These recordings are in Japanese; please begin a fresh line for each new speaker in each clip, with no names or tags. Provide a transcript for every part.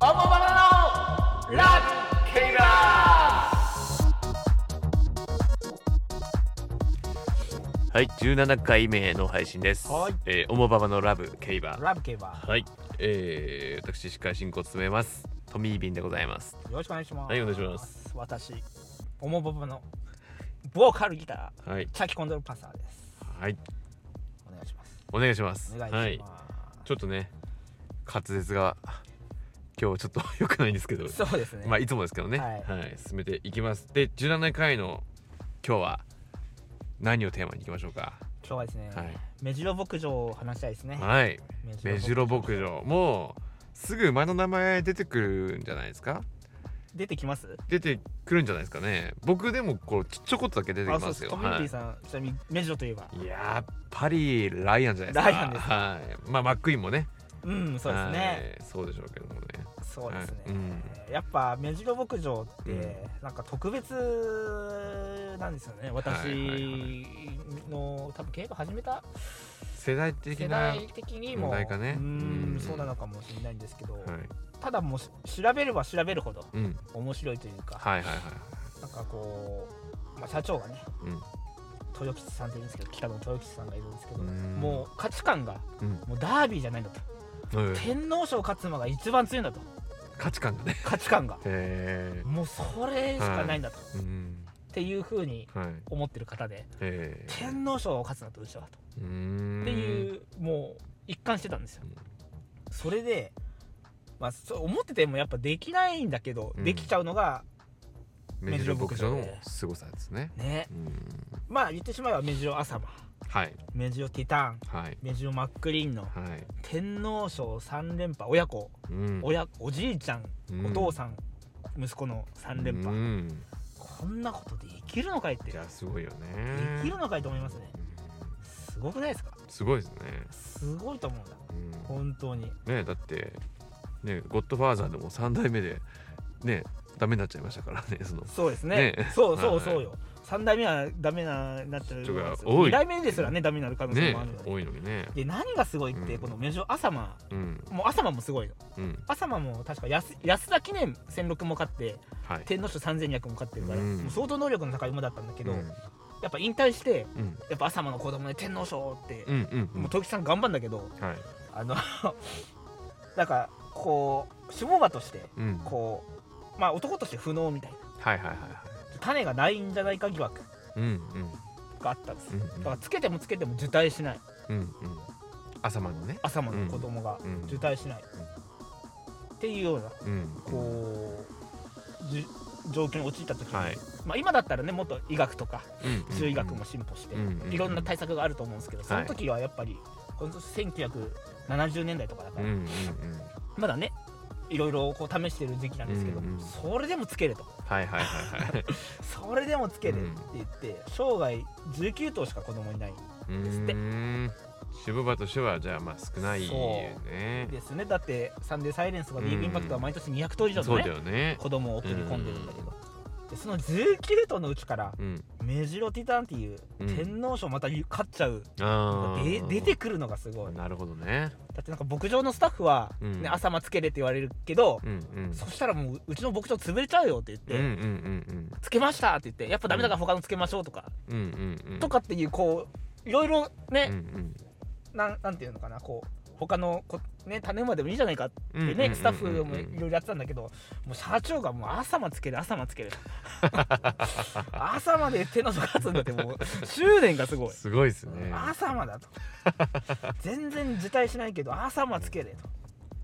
オモバナのラブケイラ
はい、17回目の配信です。
はい
えー、おもばばのラブ、競馬。
ラブケイバー
はい、えー、私、司会進行を務めます。トミービンでございます。
よろしくお願いします
はいお願いします
私オモババのボーカルギタ
はい
ー、チャキコンドルパンサーです
はい、
お願いします
お願いします。
お願いします、
はい、ちょっとね、滑舌が。今日ちょっと良くないんですけど、
そうですね、
まあ、いつもですけどね、
は
はいい、進めていきます。で、17回の今日は。何をテーマにいきましょうか。
今日はですね、
はい
メジロ牧場を話したいですね、
はい、
メ
メ
ジ
ジ
ロ
ロ牧場、もう。すぐ馬の名前出てくるんじゃないですか。
出てきます
出てくるんじゃないですかね僕でもこうちょちょこっとだけ出てき
あそ
ま
うです
すよ
コミュニティ
は
さん、ちなみにメジロといえば
い、やっぱりライアンじゃないですか
ライアンです
はいまあマックイーンもね
うんそうですね、
はいそうでしょうけどもね
そうですね、
はいうん
やっぱ目白牧場って、
うん
なんか特別なんですよね私
はいはいは
の多分競馬始めた
世代的
世
なは
代
い
的にも
問題かね
う
うんん
そうなのかもしれないんですけど、ただもうし調べれば調べるほど
うん
面白いというか、
はいはいはい
なんかこう、まあ、社長がね
うん
豊吉さんっていうんですけど北野豊吉さんがいるんですけど、
うん
もう価値観が
うん
もうダービーじゃないんだと、
うん
天皇賞勝つ馬が一番強いんだと
価値観がね
価値観が
へ
もうそれしかないんだと、
えうん
っていうふうに
はい
思ってる方で
へえ
天皇賞を勝つなとうちはと、
うーん
っていうもう一貫してたんですよ
うん
それで、まあ、そう思っててもやっぱできないんだけど、
うん
できちゃうのが
メジロ牧場
メ
の
ジロ牧場です
ごさですね
ね
うん
まあ言ってしまえばメジロ朝マ
はい
メジロティターン
はい
メジロマックリーンの
はい
天皇賞3連覇親子
うん
親おじいちゃん
うん
お父さん、息子の3連覇、
うん
こんなことできるのかいって
い
で
やすごいよね
きるのかいと思いますね
うん
すごくないですか
すごいですね。
すごいと思うんだ
うん
本当に
ねだってねゴッドファーザーでも三代目でねダメになっちゃいましたからねその
そうですね
ね
そうそう
はい
そうよ、三3代目はダメななっちゃう
人が多い
2代目ですらねダメになる可能性
ね
もあるので,、
多いのにね。
で何がすごいって、
うん
このメジロ朝間
うん
もう朝間もすごいよ
うん
朝間も確か安安田記念1006も勝って
はい。
天皇賞3200も勝ってるから、
うん
もう相当能力の高い馬だったんだけど、
うん
やっぱ引退して
うん
やっぱ朝間の子供で天皇賞って、
うんうんうん
もう時さん頑張んだけど
はい。
あの なんかこう下馬として
うんはい
こうまあ男として不能みたいな
はいはいはい。
種がないんじゃないか疑惑
うんうん
があったんですよ
うん
だからつけてもつけても受胎しない
うんうん朝までね。
朝までの子供が
うん
受胎しない、
ん
っていうような
うん
こうじ状況に陥った時に、
はい
まあ、今だったらねもっと医学とか
うん
中医学も進歩して、
うん
いろんな対策があると思うんですけど、その時はやっぱりこの1970年代とかだか
うん
ら、
うんうん
まだねいろいろこう試してる時期なんですけど、
うんうん
それでもつけると
はいはいはいはい。
それでもつけるって言って、生涯19頭しか子供いない
う
ですって
ーん渋場としてはじゃあまあ少ないよね。
ですねだって「サンデーサイレンス」とか「ビーグインパクト」は毎年200頭以上
そう
のね
だよね。
子供を送り込んでるんだけど、でその19頭のうちから
うん。
メジロティタンっていう
うん
天皇賞また勝っちゃう、
あ
で
ー
出てくるのがすごいだ
なるほどね。
ってなんか牧場のスタッフは、
う
ね
ん
朝まつけれって言われるけど、
うんうん。
そしたらもううちの牧場潰れちゃうよって言って、
うんうん
つけましたって言ってやっぱダメだから他のつけましょうとか、
うんうんうんうんうん。
とかっていうこういろいろ
うんう
ね、
ん
なんなんていうのかなこう他のこ、ね、種馬でもいいじゃないかって
うんうんうんうんうん。
ね、スタッフもいろいろやってたんだけどもう社長がもう朝まつける朝まつ ける朝まで手の勝つんだってもう執念がすごい
すごいですね。
朝まだと全然辞退しないけど朝まつけれ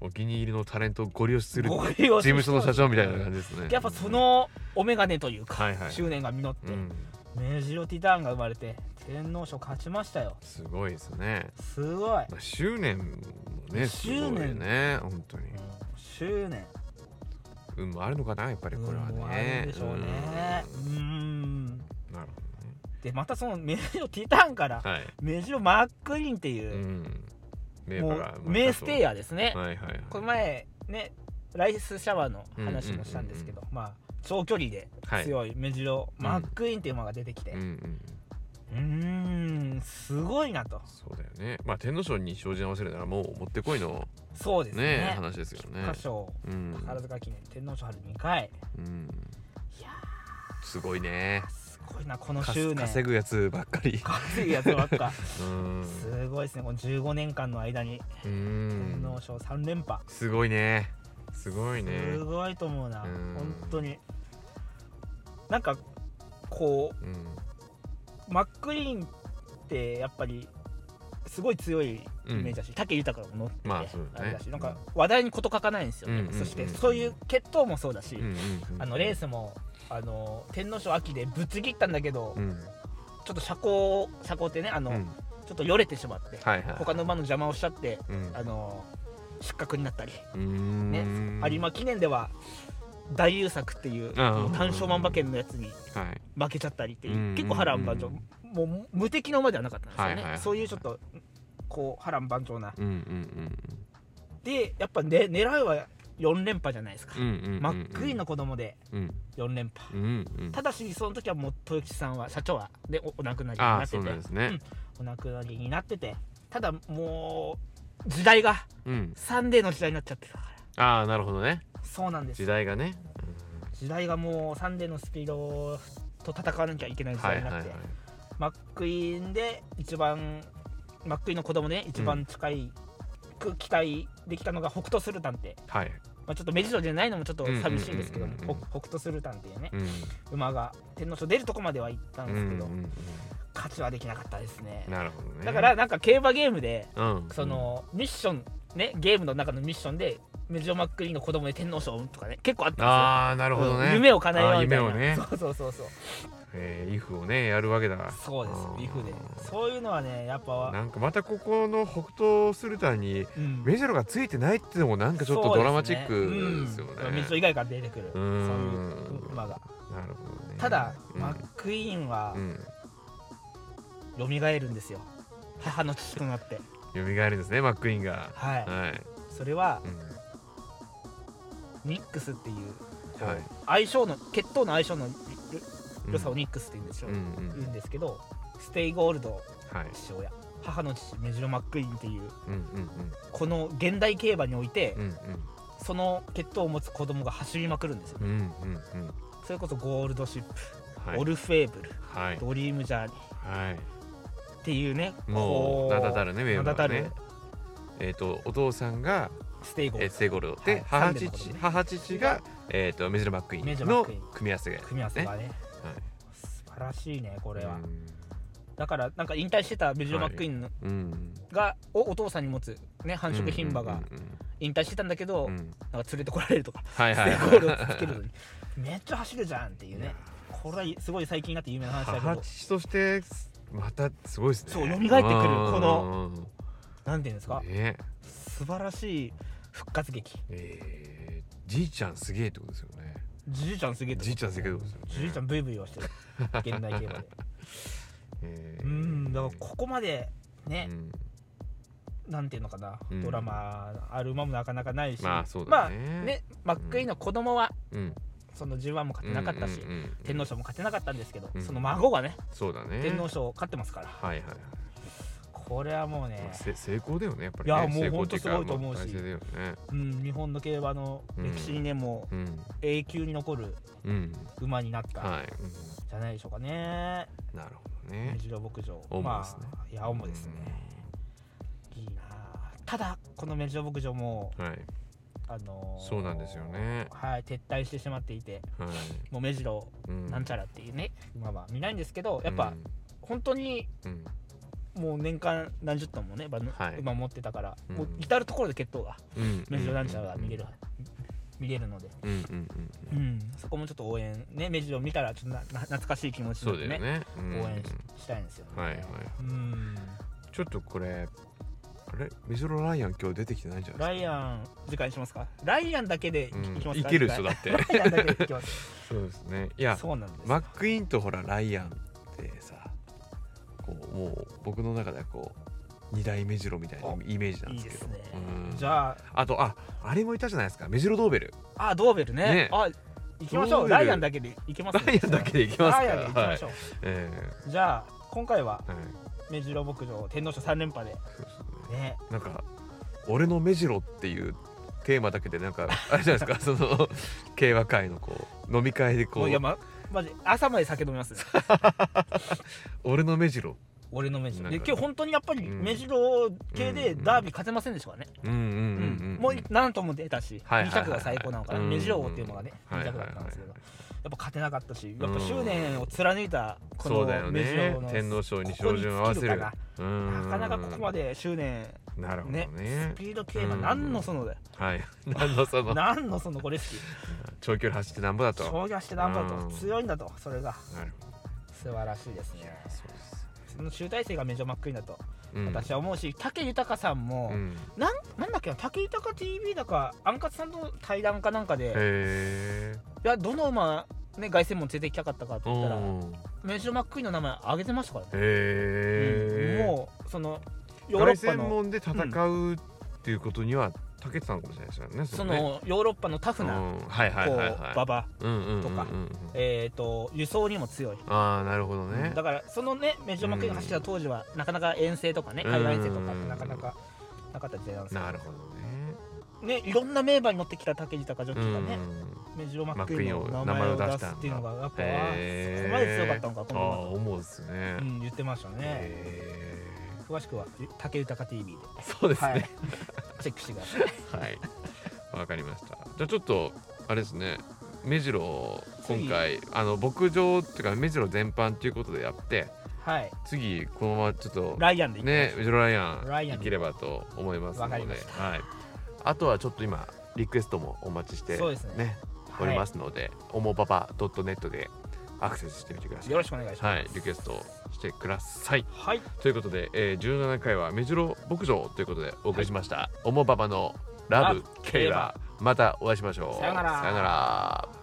お気に入りのタレントをご利用す
と
る事
ご利用し
務所の社長みたいな感じですね。
やっぱそのお眼鏡というか、
はいはい
執念が実っ
う
て、
ん。
メジロティターンが生まれて天皇賞勝ちましたよ
すごいですね。
すごい、
まあ執念もね、すごいよね。本当に。
執念
運もあるのかなやっぱりこれは
うんもうある
ね。
んでしょうねうん
うん。なるほ
でまたそのメジロティターンから
どね。はい。
メジロマックイーンって
う
いう、
ん。名
も
馬
う
が
名ステ
ヤ
イヤーですね、
はいはいはい。
この前ねライスシャワーの話もしたんですけど、まあ長距離で強いメジロ、マックイーンっていう馬が出てきて
うんうん。
うーんすすごいなと
そうだよねまあ天皇賞に生じ合わせるならもうもってこいの
そうです
ね
ね
話ですよね
菊花賞
うん、
宝塚記念天皇賞春2回
うん、
いや
すごいね
ーすごいなこの
か
執
す
念
稼ぐやつばっか り
稼ぐやつばっか
うん
すごいですねこの15年間の間に
う
天
ん
皇賞3連覇
すごいねすごいね
すごいと思うな
うん
本当になんかこ
うん
うマックリーンってやっぱりすごい強いイメージだし、武豊も乗ってて、
まあそうだ
あ
ね
れだしなんか話題に事欠かないんですよね、
うんうんうん
そしてそういう決闘もそうだし、
うんうんうん
あのレースもあの天皇賞秋でぶっちぎったんだけど、
うん
ちょっと車高車高ってねあの、
うん
ちょっとよれてしまって、
はいはい
他の馬の邪魔をしちゃって
うん
あの失格になったり、
うん
ね有馬記念では大優作っていう
ああ
もう単勝万馬券のやつに
はい
負けちゃったりっていう、
うん
結構波乱万丈、
うん
もう無敵の馬ではなかったんですよね、
はいはいはい
そういうちょっとこう波乱万丈な
うんうん
でやっぱ、ね、狙いは4連覇じゃないですか、
うんうんうんうん
マックイーンの子供で
うん
4連覇、
うんうん
ただしその時はもう豊吉さんは社長はでおお亡くなりに
あ
な
あ
ってて
そうなんですね
お亡くなりになっててただもう時代が
うん
サンデーの時代になっちゃってたか
ああなるほどね
らそうなんです
時
よ
代がね
時代がもうサンデーのスピードと戦わなきゃいけない時代になって、マックイーンで一番マックイーンの子供でね一番近い、く期待できたのが北斗スルタンって、
はい
まあ、ちょっと目白じゃないのもちょっと寂しいんですけど
うん
も
うんうんうん
ほ北斗スルタンっていうね
うん
馬が天皇賞出るとこまでは行ったん
う
で
ん
すけど、
うん
勝ちはできなかったですね
うんなるほどね
だからなんか競馬ゲームで
うん
そのミッションねゲームの中のミッションでメジオマックリーンの子供で天皇賞とかね結構あったんですよ
ああなるほど
うん
ね
夢を叶えようみたいな
あー夢をね
そうそうそうそう
えーイフをねやるわけだ
そうです
あー
ビフでそういうのはねやっぱ
なんかまたここの北東スルタンに
うん
メジロがついてないってのもなんかちょっとドラマチックですよね。
ミッション以外から出てくる
う
そうい
ん
う馬が
なるほどね。
ただ
うん
マックイーンは
うん、
蘇るんですよ母の父となって
蘇るんですね、マックイーンが。
はい
はい。
それは
うん
ニックスっていうこう
はい
相性の血統の相性の
うん
良さをニックスって言うんですよ
うんうん
言うんですけどステイゴールド
はい。
父親母の父メジロ・マックイーンっていう
うんうん
この現代競馬において、
うんうん
その血統を持つ子供が走りまくるんですよ
うんうんうんうん。
それこそゴールドシップ、
はい。
オルフェーブル
はい。
ドリームジャーニー
はい。
っていうね
も
こ
う名だたるね、名
名
馬
だ
が
た
ね
る。
えっ、とお父さんが
ステイゴー
えー
ルド
セイゴールドで、
はい
母
サンデーのこと
父
ね
母父がえっ、とメジロマックイ
メジ
ー
ロ
ンの
マックイーン
組み合わせが
組み合わせが
は
ね
い
素晴らしいねこれは、
うん
だからなんか引退してたメジロ・マックイーンの
うん。
がをお父さんに持つ、ね、繁殖牝馬が
うんうん
引退してたんだけど、
うんうんうん
なんか連れてこられるとか、
はいはい
ステイ
は
ゴー
い
ルドつけるのにめっちゃ走るじゃんっていうねこれはすごい最近になって有名な話だけ
母
ど
父としてまたすごいですね
そう蘇ってくるこのなんていうんです
う
か
んね
素晴らしい復活劇
えーじいちゃんすげえってことですよね
じいちゃんすげえってこと
じいちゃんすげえってことですよね
じいちゃんブイブイはしてる現代競馬で
えー
うんだからここまでね
う、ん
なんていうのかな、
うん
ドラマある馬もなかなかないし
まあそう
ま
だ
あ
ね,、
ねマックイーンの子供は
うん
その G1 も勝てなかったし、
うんうんうん
天皇賞も勝てなかったんですけど、
うん
その孫がね
そうだね
天皇賞を勝ってますから、
はいはいはい
これはもうね
まあ、せ成功だよねやっぱりね
いやも
成功
う
ってか
ほんとすごいと思うし
まあ大成だよね
うん、日本の競馬の歴史にね、もう
うん
永久に残る
うん
馬になったん
はい、
じゃないでしょうかね、
うん、なるほど
目
ね
白牧場
青森ですね
まあいや青森ですね、いいなあただこの目白牧場も
はい
あのー
そうなんですよね
はい撤退してしまっていて
はい、
もう目白
うん
なんちゃらっていうね、馬は見ないんですけどやっ
う
ぱ
ん
本当に
うん
もう年間何十トンもね馬,、
はい
馬持ってたから、
うん
もう至る所で血統が
うん
目白なんちゃらが見れる、見れるので、
うんうんうん
う
うん
ん、そこもちょっと応援ね目白見たらちょっとなな懐かしい気持ち
そうだ
で
よ
ね
ねうん
応援ししたいんですよね、
はいはい
うん
ちょっとこれあれメジロライアン今日出てきてないんじゃな
ラ
いで
イアン次回にしますかライアンだけでい,、
すか
き
う
ま
ん
す
い
か
ける人だって
次回ライアンだけでいきま す
そうですねいや
そうなんです
マックイーンとほらライアンってさこうもう僕の中ではこう二大メジロみたいなイメージなん
いい
です
で
け
す
ど
ね
うん
じゃあ
あとああれもいたじゃないですかメジロドーベル
あドーベルね
ね
あ行きましょ
ドーベル
うライアンだけで行きます
ライアンだけでいきますか
ライアンで行きましょう、
はいえ
じゃあ今回は
ーはい
目白牧場天皇賞3連覇でね
なんか「俺の目白」っていうテーマだけでなんかあれじゃないですかそ の競馬会のこう飲み会でこ
も
う
ういやままじ朝まで酒飲み ますね
「俺の目白
俺の目白
なん
で
か
今日本当にやっぱり
うん
目白系で
うん
ダービー勝てませんでしたからね」
うんうんうんうん
もう何とも出たし
はいはい
2
はい
着が最高なのかな
うん
目白王っていうのがね
はい
2
はいはい
着だったんですけどやっぱ勝てなかったしやっぱ執念を貫いたこ
そうだ
の
よ
目
ね
白の
天皇賞に
ここ
照
に尽き
準合わせる
かな
うん
なかなかここまで執念
なるほどね
ねスピード競馬何のそのだよ
はい 何のその
何のそのこれ好き
長距離走ってなんぼだと
将棋はしてなんぼだ
う
と
ん
強いんだとそれが
なる
素晴らしいですね
ほどそうです
その集大成がメジャーマックイーンだと
うん
私は思うし武豊さんも
うん
なんなんだっけな武豊 TV だかアンカツさんとの対談かなんかで
へえ
いやどの馬ね凱旋門連れて行きたかったかって言ったら
うん
メジャーマックイーンの名前挙げてましたからね、
へえ
もうそのヨーロ
凱
ッパ
旋
の
門で戦うっていうことにはたけてたのかもしれないですよね
そ
のね
のヨーロッパのタフな、
うんはいはい
こう
はいはい
馬場
うんうんうんうん
とかえっ、と輸送にも強い
ああなるほどね
だからそのねメジャーマックイーンが走った当時は、なかなか遠征とかね
うん
海外遠征とかってなかなかなかった時代なんですけど
なるほどね
ねいろんな名馬に乗ってきた武豊ジョッキーがね、
う
メジロマックイーンの名前を出すっていうのがやっぱあーそこまで強かったのかこ
あ
の
あ
馬と、
思うですね
う、ん、言ってましたね
へ
詳しくは武豊 TV で
ーそうです
はい
ね
チェックしてください
はいわかりましたじゃあちょっとあれですね目白今回あの牧場っていうか目白全般ということでやって
はい
次このままちょっと
ライアンでいきましょう
ね、メジロライア
ライア
ン
ン
いければと思いますので、
わかりまし
はい、あとはちょっと今リクエストもお待ちして、
そうですね、
おりますすので、おもばば .net でアクセスしてみてくだ
は
さ
い
い。
よろしくお願いします
はい、リクエストしてください。
はい、
ということで、えー、17回はメジロ牧場ということでお送りしました。おもばばのラブ
ラブ
ケイラー、またお会いしましょう。
さよなら
さよなら。